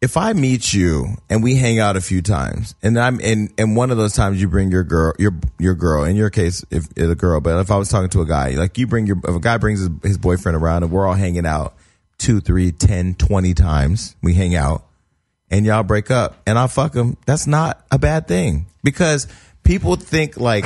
If I meet you and we hang out a few times, and I'm and and one of those times you bring your girl, your your girl. In your case, if it's a girl, but if I was talking to a guy, like you bring your if a guy brings his, his boyfriend around, and we're all hanging out two, three, ten, twenty times, we hang out, and y'all break up, and I fuck him. That's not a bad thing because people think like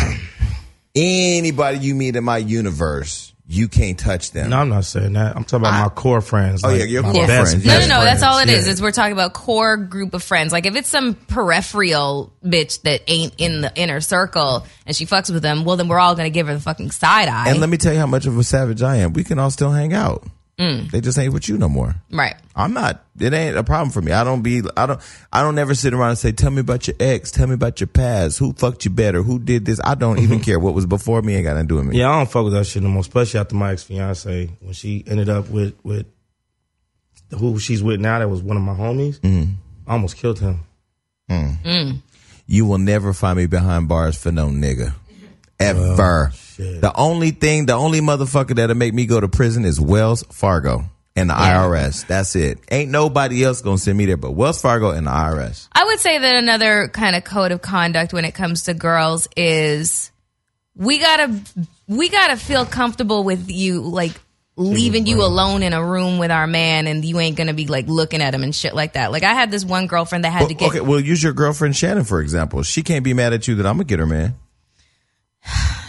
anybody you meet in my universe, you can't touch them. No, I'm not saying that. I'm talking about my core friends. Oh, like yeah, your my core best friends, No, yeah. no, best no. That's all it friends. is. Is we're talking about core group of friends. Like if it's some peripheral bitch that ain't in the inner circle and she fucks with them, well then we're all gonna give her the fucking side eye. And let me tell you how much of a savage I am. We can all still hang out. They just ain't with you no more. right. I'm not. It ain't a problem for me. I don't be. I don't. I don't never sit around and say, "Tell me about your ex. Tell me about your past. Who fucked you better? Who did this?" I don't even care. What was before me ain't got nothing to do with me. Yeah, I don't fuck with that shit no more, especially after my ex fiance when she ended up with with who she's with now. That was one of my homies. I almost killed him. You will never find me behind bars for no nigga, ever. the only thing, the only motherfucker that'll make me go to prison is Wells Fargo and the IRS. That's it. Ain't nobody else gonna send me there but Wells Fargo and the IRS. I would say that another kind of code of conduct when it comes to girls is we gotta we gotta feel comfortable with you like leaving you alone in a room with our man and you ain't gonna be like looking at him and shit like that. Like I had this one girlfriend that had to get okay, well, use your girlfriend Shannon for example. She can't be mad at you that I'm gonna get her man.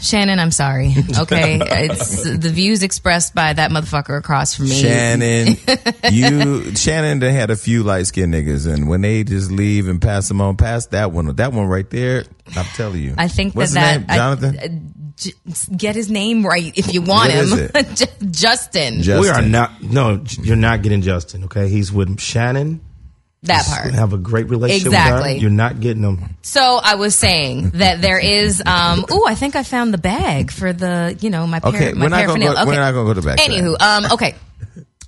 Shannon, (laughs) I'm sorry. Okay, it's the views expressed by that motherfucker across from me. Shannon, (laughs) you Shannon done had a few light skinned niggas, and when they just leave and pass them on, pass that one, that one right there. I'm telling you, I think What's that his name? that Jonathan. I- uh, j- get his name right if you What want is him. (laughs) Ju- Justin, Justin. We are not. No, j- you're not getting Justin. Okay, he's with Shannon. that part. Have a great relationship. With Exactly. her. You're not getting him. So I was saying that there is. Um, oh, I think I found the bag for the you know my par- Okay, my we're not gonna paraphernalia. go- okay. we're not gonna go to back to that. Anywho, um, okay,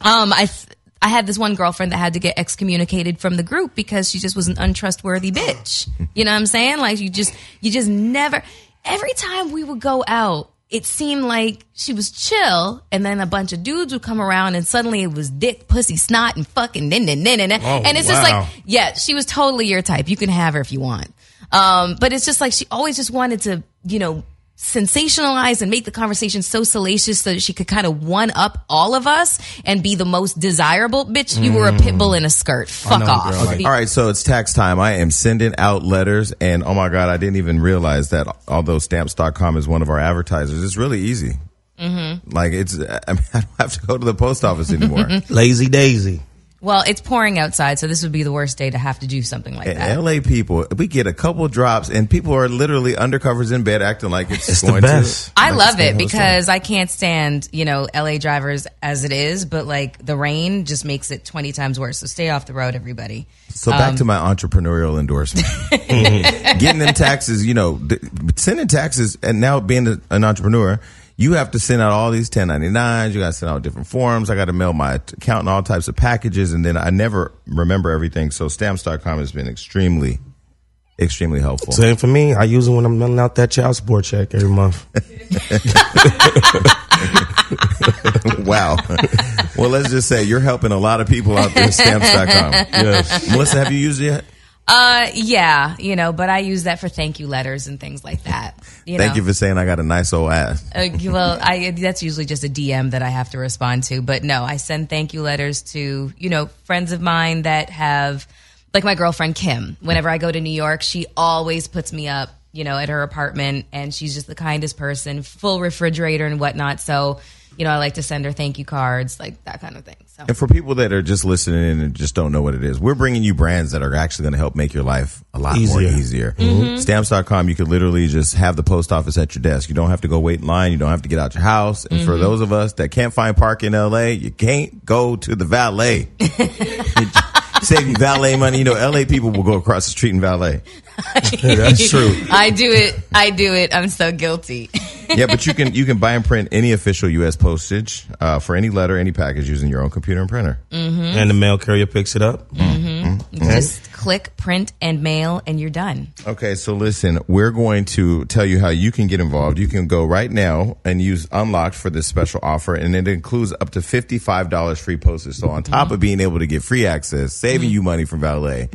um, I. Th- I had this one girlfriend that had to get excommunicated from the group because she just was an untrustworthy bitch. You know what I'm saying? Like you just you just never every time we would go out, it seemed like she was chill and then a bunch of dudes would come around and suddenly it was dick, pussy, snot and fucking nin nin nin nin. Oh, and it's just wow. like yeah, she was totally your type. You can have her if you want. Um, but it's just like she always just wanted to, you know, sensationalize and make the conversation so salacious so that she could kind of one up all of us and be the most desirable. Bitch, you were a pit bull in a skirt. Fuck Mm. know a off. girl like- All right, so it's tax time. I am sending out letters, and oh my God, I didn't even realize that although stamps.com is one of our advertisers, it's really easy. Mm-hmm. Like, it's, I, mean, (laughs) I don't have to go to the post office (laughs) anymore. Lazy Daisy. Well, it's pouring outside, so this would be the worst day to have to do something like that. And LA people, we get a couple drops, and people are literally undercovers in bed acting like it's, It's going the best. to. I love it the whole because I can't stand, you know, LA drivers as it is, but like the rain just makes it 20 times worse. So stay off the road, everybody. So back to my entrepreneurial endorsement. Getting them taxes, you know, th- sending taxes, and now being a- an entrepreneur, you have to send out all these 1099s. You got to send out different forms. I got to mail my account and all types of packages. And then I never remember everything. So stamps.com has been extremely, extremely helpful. Same for me. I use it when I'm mailing out that child support check every month. (laughs) wow. (laughs) well, let's just say you're helping a lot of people out there, stamps.com. Yes. (laughs) Melissa, have you used it yet? Uh, yeah, you know, but I use that for thank you letters and things like that. You Thank know? you for saying I got a nice old ass. Uh, well, I that's usually just a DM that I have to respond to, but no, I send thank you letters to you know friends of mine that have, like my girlfriend Kim. Whenever I go to New York, she always puts me up you know, at her apartment, and she's just the kindest person, full refrigerator and whatnot. So, you know, I like to send her thank you cards, like that kind of thing. So, And for people that are just listening in and just don't know what it is, we're bringing you brands that are actually going to help make your life a lot more Easier. easier. Stamps.com, you could literally just have the post office at your desk. You don't have to go wait in line. You don't have to get out your house. And for those of us that can't find park in LA, you can't go to the (laughs) valet. Saving valet money. You know, LA people will go across the street in valet. (laughs) That's true. I do it. I do it. I'm so guilty. (laughs) yeah, but you can you can buy and print any official U.S. postage uh, for any letter, any package using your own computer and printer. Mm-hmm. And the mail carrier picks it up. Just click print and mail, and you're done. Okay, so listen, we're going to tell you how you can get involved. You can go right now and use Unlocked for this special offer, and it includes up to $55 free postage. So, on top of being able to get free access, saving you money from valet,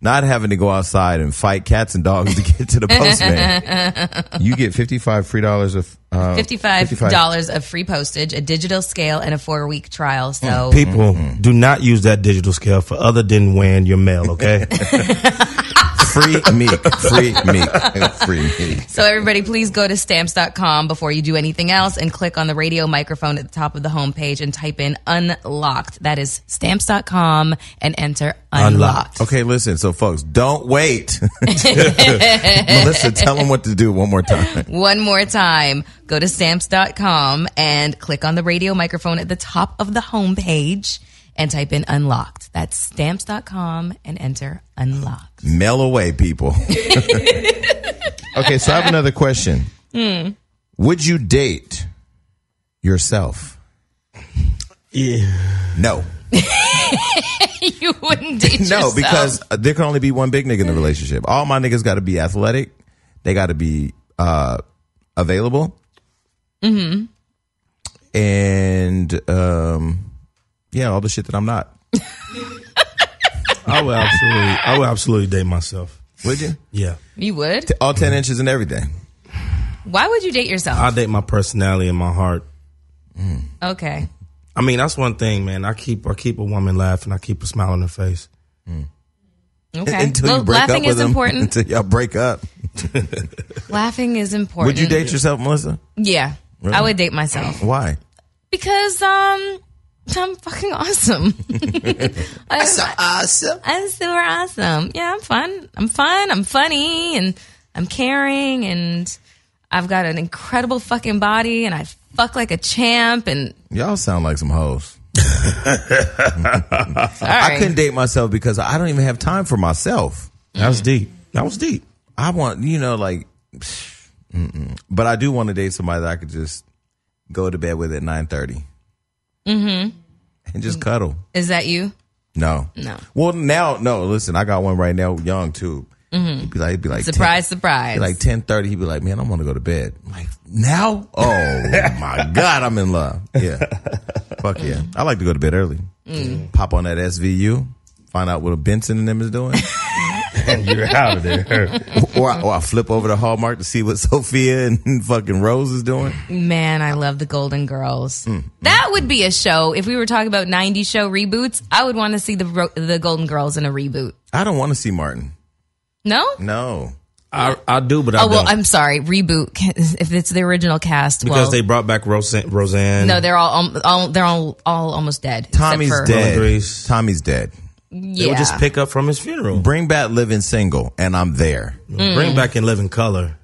not having to go outside and fight cats and dogs (laughs) to get to the postman, you get $55 free dollars of uh, Fifty-five dollars of free postage, a digital scale, and a four-week trial. So, People do not use that digital scale for other than when your mail, okay? Free meat, free meat, free meat. so everybody, please go to stamps.com before you do anything else, and click on the radio microphone at the top of the homepage and type in "unlocked." That is stamps.com, and enter "unlocked." Unlocked. Okay, listen. So, folks, don't wait. (laughs) Melissa, tell them what to do one more time. One more time, go to stamps.com and click on the radio microphone at the top of the homepage and type in unlocked. That's stamps.com and enter (laughs) unlocked. (laughs) Mail away, people. (laughs) okay, so I have another question. Hmm. Would you date yourself? yeah. (laughs) No. you wouldn't date No, yourself. because there can only be one big nigga in the relationship. All my niggas got to be athletic. They got to be uh, available. Mm-hmm. And um, yeah, all the shit that I'm not. I will absolutely I will absolutely date myself. Would you? Yeah. you would. All 10 inches and everything. Why would you date yourself? I date my personality and my heart. (laughs) okay. I mean, that's one thing, man. I keep I keep a woman laughing, I keep a smile on her face. (laughs) Okay. Until well, you break laughing up with is them. (laughs) important. Until y'all break up. laughing is important. Would you date yourself, Melissa? Yeah. I would date myself. Why? Because um I'm fucking awesome. (laughs) I'm so awesome. I'm super awesome. Yeah, I'm fun. I'm fun. I'm funny and I'm caring and I've got an incredible fucking body and I fuck like a champ and Y'all sound like some hoes. all right. I couldn't date myself because I don't even have time for myself. That was deep. That was deep. I want, you know, like, (sighs) mm-mm. but I do want to date somebody that I could just go to bed with at nine Mm-hmm. And just cuddle. Is that you? No. No. Well, now, no. Listen, I got one right now, young too. He'd be like, he'd be like, 10 Mm-hmm. Surprise, surprise. At like ten thirty, he'd be like, "Man, I want to go to bed." I'm like now, oh (laughs) my god, I'm in love. Yeah, fuck yeah. I like to go to bed early. Mm. Pop on that SVU, find out what a Benson and them is doing, (laughs) (laughs) You're out of there. or I, or I flip over to Hallmark to see what (laughs) Sophia and (laughs) fucking Rose is doing. Man, I love the Golden Girls. Mm. That would be a show. If we were talking about 90 show reboots, I would want to see the Ro- the Golden Girls in a reboot. I don't want to see Martin. No? No, I, I do, but I Oh well, don't. I'm sorry. Reboot if it's the original cast. because well, they brought back Roseanne. Roseanne no, they're all, um, all they're all, all almost dead. except Tommy's for- dead. Rodriguez. Tommy's dead. Yeah, They would just pick up from his funeral. Bring back living single, and I'm there. Mm. Bring back and live in color.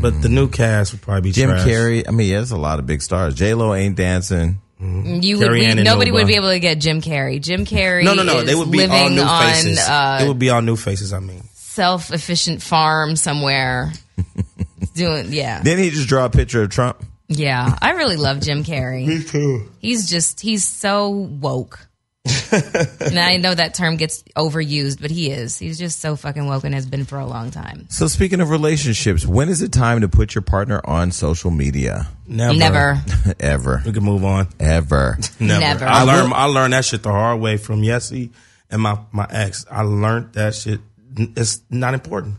But the new cast would probably be Jim trash. Carrey. I mean, yeah, there's a lot of big stars. J Lo ain't dancing. you would. Carrie We, Ann and nobody would Nova. be able to get Jim Carrey. Jim Carrey. No, no, no. Is They would be living all new faces. on uh, it a would be all new faces. I mean, self-efficient farm (laughs) somewhere. Doing yeah, Then he just draw a picture of Trump. yeah. I really love Jim Carrey. Me too. He's just he's so woke. and I know that term gets overused, but he is. He's just so fucking woke and has been for a long time. So speaking of relationships, when is it time to put your partner on social media? (laughs) never. Never. ever, We can move on. (laughs) ever. Never. Never. I, I learned. I learned that shit the hard way from Yessie and my my ex. I learned that shit. It's not important.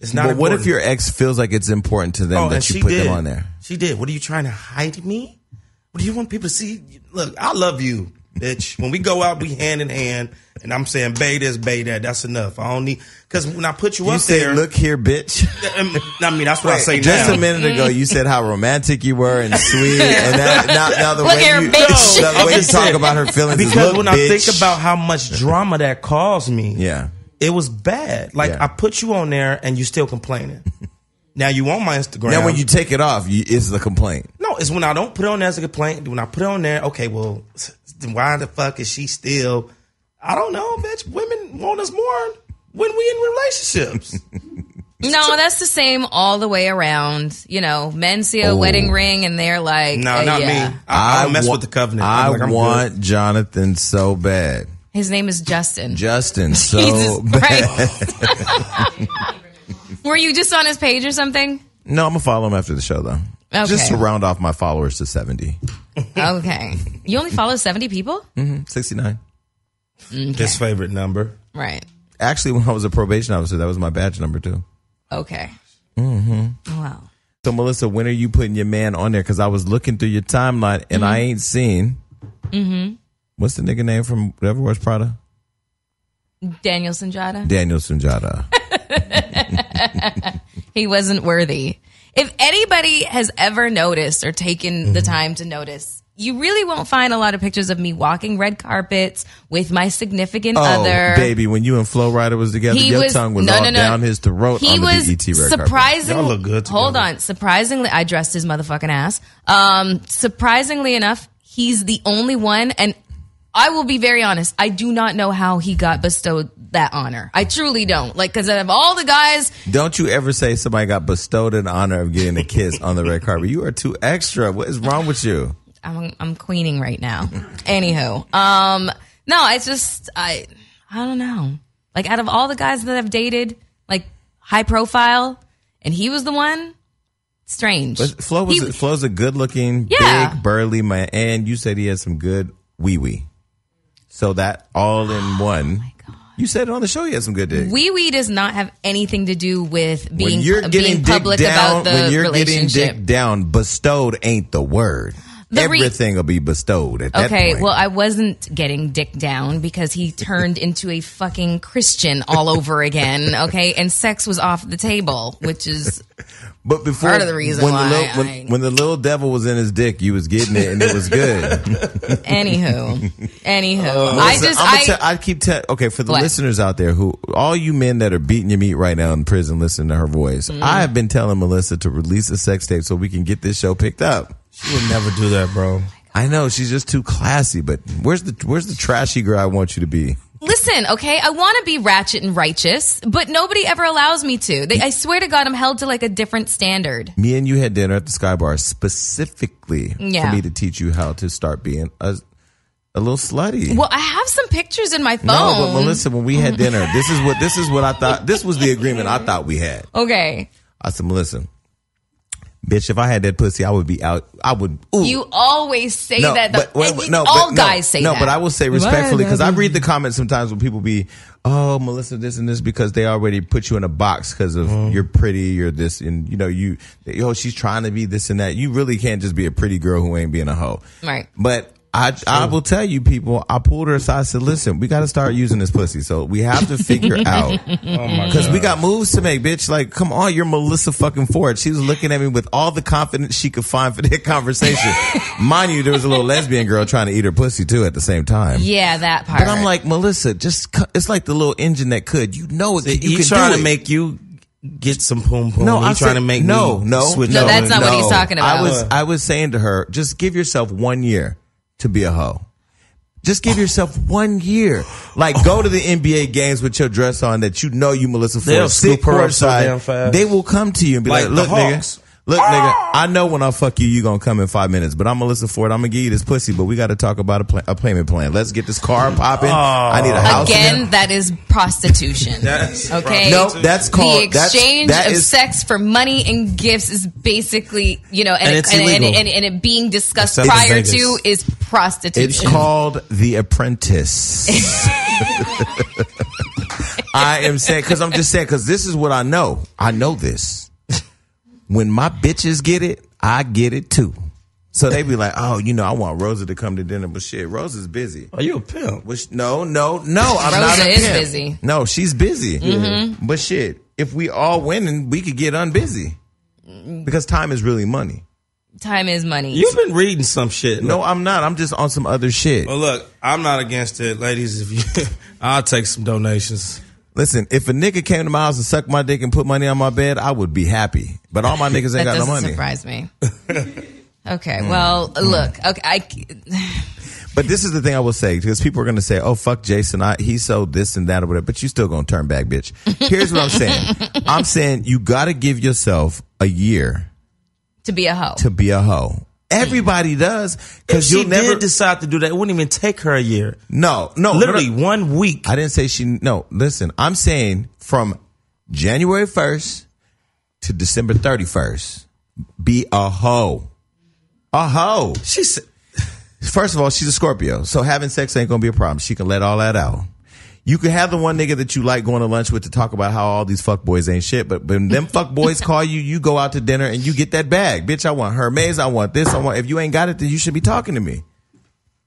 It's not. But what if important. your ex feels like it's important to them Oh, and that she you put did. them on there? She did. What are you trying to hide me? What do you want people to see? Look, I love you. bitch. When we go out, we hand in hand, and I'm saying, bay this, bay that. That's enough. I don't need because when I put you, You up said, there, um, "Look here, (laughs) bitch." I mean, that's what I (laughs) say. Just now. a minute ago, you said how romantic you were and sweet, and now, now, now the Look way here, you, (laughs) bitch. now the way I'm you just talk saying. about her feelings is Because look, when I bitch. think about how much drama that caused me, yeah, it was bad. Like Yeah. I put you on there and you still (laughs) complaining. now you on my Instagram. now when you take it off, you, it's the complaint. no, it's when I don't put it on there as a complaint. When I put it on there, okay, well, then why the fuck is she still? I don't know, bitch. Women want us more when we in relationships. (laughs) No, that's the same all the way around. You know, men see a Oh. wedding ring and they're like, no, uh, not yeah. me. I, I don't mess wa- with the covenant. I I'm like, I'm want Jonathan so bad. His name is Justin. Justin so (laughs) Jesus (laughs) bad. Christ. (laughs) Were you just on his page or (laughs) something? No, I'm gonna follow him after the show though. Okay. Just to round off my followers to 70, Okay. You only follow 70 people? Hmm? 69. good. his favorite number. Right. Actually, when I was a probation officer, that was my badge number too. Okay. Wow. So Melissa, when are you putting your man on there? Because I was looking through your timeline and Mm-hmm. I ain't seen. What's the nigga name from whatever was Prada? Daniel Sinjata? Daniel Sunjata. He wasn't worthy. If anybody has ever noticed or taken the time to notice, you really won't find a lot of pictures of me walking red carpets with my significant (laughs) other. Oh, baby, when you and Flo Rida was together, He your was- tongue was no, all no, no. down his throat He on the E was BET red carpet. surprisingly. Y'all look good together. Hold on. Surprisingly, I dressed his motherfucking ass. Um, surprisingly enough, he's the only one, and I will be very honest. I do not know how he got bestowed that honor. I truly don't. Like, because of all the guys, Don't you ever say somebody got bestowed in honor of getting a kiss on the red carpet. You are too extra. What is wrong with you? I'm I'm queening right now. Anywho, um, no, it's just I I don't know. Like out of all the guys that I've dated, like high profile, and he was the one. Strange. Flo was He- Flo's a good looking, Yeah. big, burly man, and you said he had some good wee wee. So that all in Oh one. You said it on the show he had some good dick. Wee wee does not have anything to do with being when you're getting being dick public down, about the when you're getting relationship. dick down, bestowed ain't the word. The re- Everything will be bestowed at that Okay, point. well, I wasn't getting dick down because (laughs) he turned into a fucking Christian all over again. Okay, and sex was off the table, which is But before Part of the reason when why the little, when, I- when the little devil was in his dick, you was getting it and it was (laughs) good. (laughs) anywho, anywho. I Oh, Listen, just I'ma I tell- I keep telling. Okay, for the What? listeners out there who, all you men that are beating your meat right now in prison, listen to her voice. Mm. I have been telling Melissa to release a sex tape so we can get this show picked up. She would never do that, Oh bro. I know she's just too classy, but where's the where's the trashy girl I want you to be? listen, okay. I want to be ratchet and righteous, but nobody ever allows me to. They, I swear to God, I'm held to like a different standard. Me and you had dinner at the Sky Bar specifically Yeah. for me to teach you how to start being a a little slutty. Well, I have some pictures in my phone. No, but Melissa, when we had dinner, this is what this is what I thought. This was the agreement I thought we had. okay, I said, Melissa, bitch, if I had that pussy, I would be out. I would. Ooh. you always say no, that. but, But, wait, wait, no, but all no, guys say no, that. but I will say respectfully because I read the comments sometimes when people be, oh, Melissa, this and this because they already put you in a box because of you're pretty, you're this, and you know you, oh, she's trying to be this and that. You really can't just be a pretty girl who ain't being a hoe, Right. But. I, I will tell you people, I pulled her aside. I said, listen, we got to start using this pussy. So we have to (laughs) figure out Oh my because we got moves to make, bitch. Like, come on, you're Melissa fucking Ford. She was looking at me with all the confidence she could find for that (laughs) (laughs) conversation. Mind you, there was a little lesbian girl trying to eat her pussy too at the same time. yeah, that part. But I'm like, Melissa, just cu- it's like the little engine that could. You know it. you He can E trying do to it. make you get some poom poom. No, he I'm trying to saying- make no, me no, switch No, over. that's not what he's talking about. I was I was saying to her, just give yourself one year to be a hoe. Just give yourself one year. Like go to the NBA games with your dress on that you know you Melissa Ford. They'll Sit scoop her up so courtside. damn fast. They will come to you and be like, Like the look, Hawks. Ah! nigga. Look, nigga, I know when I fuck you, you gonna come in five minutes. But I'm Melissa Ford. I'm gonna give you this pussy, but we gotta talk about a, pla- a payment plan. Let's get this car popping. I need a house. in there. Again, that is (laughs) prostitution. That's okay. No, that's called the that's- exchange that of is- sex for money and gifts is basically you know, and, And it- it's and, and, illegal. and, and it being discussed Except in prior Vegas. to is prostitution. It's called The (laughs) Apprentice. I am saying because I'm just saying because this is what I know. I know this. When my bitches get it, I get it too. So they be like, oh, you know, I want Rosa to come to dinner, but shit, Rosa's busy. Are you a pimp? Which no, no, no. I'm not Rosa a is pimp. busy. Mm-hmm. No, she's busy. But shit, if we all winning, we could get unbusy Mm-hmm. because time is really money. Time is money. You've been reading some shit. No, I'm not. I'm just on some other shit. Well, look, I'm not against it, ladies. If you, (laughs) I'll take some donations. Listen, if a nigga came to my house and sucked my dick and put money on my bed, I would be happy. But all my (laughs) niggas ain't that got no doesn't money. Hmm. surprise (laughs) me. okay, well, look. Okay, I, But this is the thing I will say because people are going to say, "Oh fuck, Jason, I, he sold this and that or whatever." But you still going to turn back, (laughs) bitch. Here's what I'm saying. I'm saying you got to give yourself a year (sighs) to be a hoe. to be a hoe. Everybody does If because she you never. did decide to do that, it wouldn't even take her a year. no, no, Literally no, no. one week. I didn't say she. No, listen. I'm saying from January 1st to December 31st, be a hoe. A hoe. She said, First of all, she's a Scorpio, so having sex ain't gonna be a problem. She can let all that out. You can have the one nigga that you like going to lunch with to talk about how all these fuck boys ain't shit, but when them fuck boys call you, you go out to dinner and you get that bag, bitch. I want Hermes, I want this, I want. If you ain't got it, then you should be talking to me.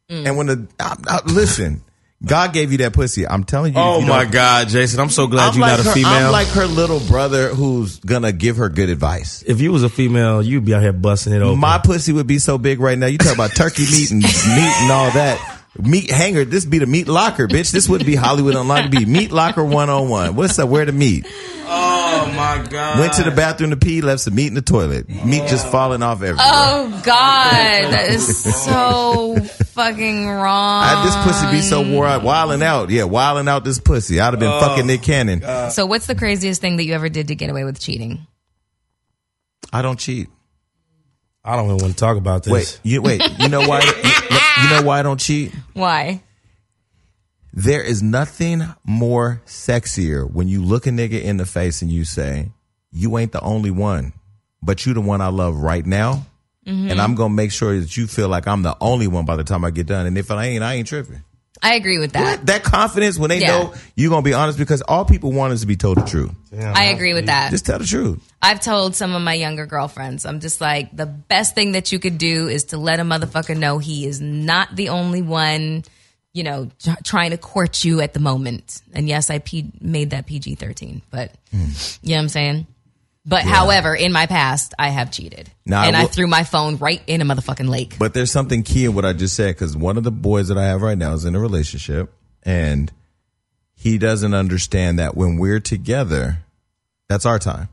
And when the I, I- listen, God gave you that pussy. I'm telling you. if "Oh you my don't- God, Jason, I'm so glad I'm you're like, not a her, female. I'm like her little brother who's gonna give her good advice. if you was a female, you'd be out here busting it open. My pussy would be so big right now. You talk about turkey meat and meat and all that. Meat hanger, this be the meat locker, bitch. This would be Hollywood Unlocked. It'd be meat locker 101. What's up? Where to meet? oh my God! Went to the bathroom to pee, left some meat in the toilet. Meat just falling off everywhere. Oh God, that is (laughs) so fucking wrong. I, this pussy be so wore out, wilding out. Yeah, wilding out this pussy. I'd have been fucking Nick Cannon. Oh, So, what's the craziest thing that you ever did to get away with cheating? I don't cheat. I don't even want to talk about this. Wait, you wait. You know why? you know why I don't cheat? Why? There is nothing more sexier when you look a nigga in the face and you say, You ain't the only one, but you the one I love right now. And I'm gonna make sure that you feel like I'm the only one by the time I get done. And if I ain't, I ain't tripping. I agree with that. That confidence when they Yeah. know you're gonna be honest because all people want is to be told the truth. I agree with that. Just tell the truth. I've told some of my younger girlfriends, I'm just like, the best thing that you could do is to let a motherfucker know he is not the only one, you know, tr- trying to court you at the moment. And yes, I P- made that PG 13, but Hmm. you know what I'm saying? But however, in my past, I have cheated. Now, I and I will- threw my phone right in a motherfucking lake. But there's something key in what I just said because one of the boys that I have right now is in a relationship and he doesn't understand that when we're together, that's our time.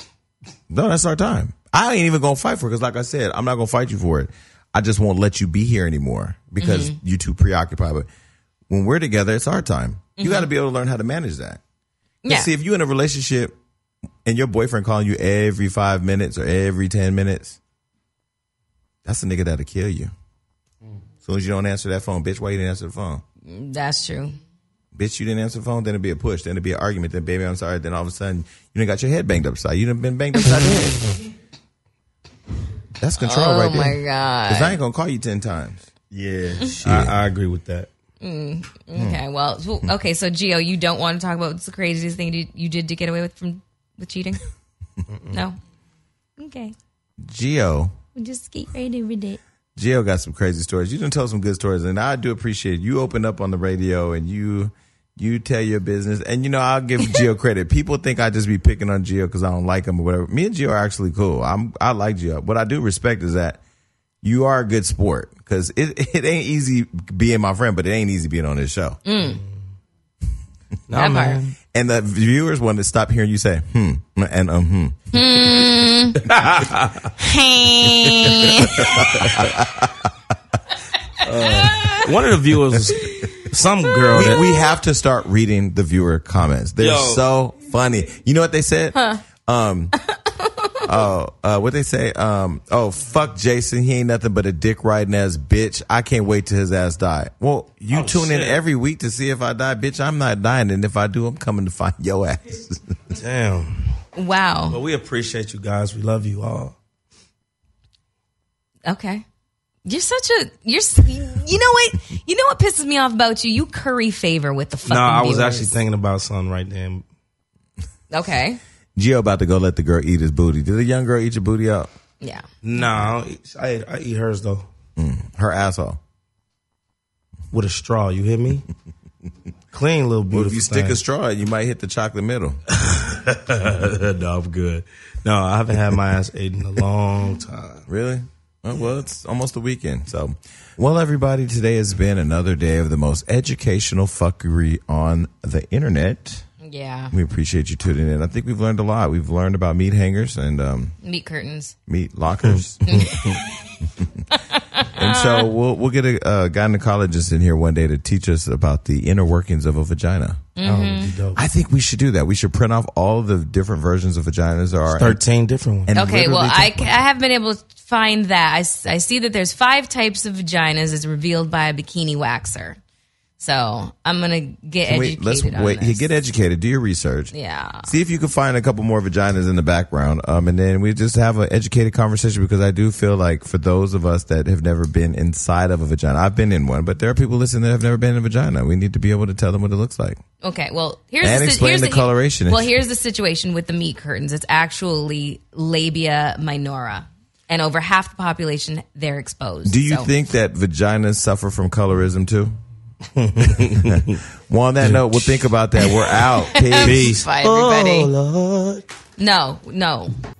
Mm-hmm. No, that's our time. I ain't even gonna fight for it because, like I said, I'm not gonna fight you for it. I just won't let you be here anymore because you too preoccupied. But when we're together, it's our time. You got to be able to learn how to manage that. 'Cause Yeah. See, if you're in a relationship and your boyfriend calling you every five minutes or every ten minutes, that's a nigga that'll kill you. As soon as you don't answer that phone, bitch, why you didn't answer the phone? That's true. Bitch, you didn't answer the phone, then it'd be a push, then it'd be an argument, then baby, I'm sorry, then all of a sudden you done got your head banged upside. You done been banged upside the head. That's control Oh right there. my God. Because I ain't gonna call you ten times. Yeah, I, I agree with that. Hmm. Okay, well, so- okay. So, Gio, you don't want to talk about what's the craziest thing you- you did to get away with from with cheating? no. (laughs) Okay, Geo. we just skate right over it. Gio got some crazy stories. You done told some good stories, and I do appreciate it. you open up on the radio and you you tell your business. And you know, I'll give Gio credit. People think I just be picking on Gio because I don't like him or whatever. Me and Gio are actually cool. I'm I like Gio. What I do respect is that you are a good sport because it (laughs) it ain't easy being my friend, but it ain't easy being on this show. No, That part. man. And the viewers want to stop hearing you say hmm and um hmm. (laughs) Hey, One of the viewers, (laughs) was some girl that we, we have to start reading the viewer comments. They're Yo. so funny. You know what they said? Um, oh, uh, what they say? Um, oh, fuck Jason. He ain't nothing but a dick riding ass bitch. I can't wait till his ass die. Well, you Oh, tune in shit. every week to see if I die, bitch. I'm not dying, and if I do, I'm coming to find (laughs) your ass. damn. But wow. we appreciate you guys. We love you all. Okay, you're such a you're. s- You know what? You know what pisses me off about you? You curry favor with the fucking. No, I was viewers. actually thinking about something right then. Okay. Gio about to go let the girl eat his booty. Did the young girl eat your booty out? Yeah. Nah, I don't eat- I, I eat hers though Her asshole. with a straw. You hear me? Clean little beautiful. If you stick thing. a straw, you might hit the chocolate middle. (laughs) no, I'm good. No, I haven't had my ass eaten in a long time. Really? Oh, well, it's almost the weekend. So, well, everybody, today has been another day of the most educational fuckery on the internet. Yeah. We appreciate you tuning in. I think we've learned a lot. We've learned about meat hangers and um, Meat curtains. meat (laughs) lockers. (laughs) and so we'll we'll get a, a gynecologist in here one day to teach us about the inner workings of a vagina. That would be dope. I think we should do that. We should print off all the different versions of vaginas there are. Thirteen different ones. and Okay, well, literally I, I have been able to find that. I, s- I see that there's five types of vaginas as revealed by a bikini waxer. So I'm going to get wait, educated let's on wait. this. Get educated. Do your research. yeah. See if you can find a couple more vaginas in the background, um, and then we just have an educated conversation because I do feel like for those of us that have never been inside of a vagina, I've been in one, but there are people listening that have never been in a vagina. We need to be able to tell them what it looks like. Okay, well, here's And the, si- explain here's the coloration. Well, here's the situation with the meat curtains. It's actually labia minora, and over half the population they're exposed. Do you So- think that vaginas suffer from colorism too? (laughs) well, on that note, Oh, we'll think about that. We're out. Peace. Peace. Bye, everybody. Oh, Lord. No, no.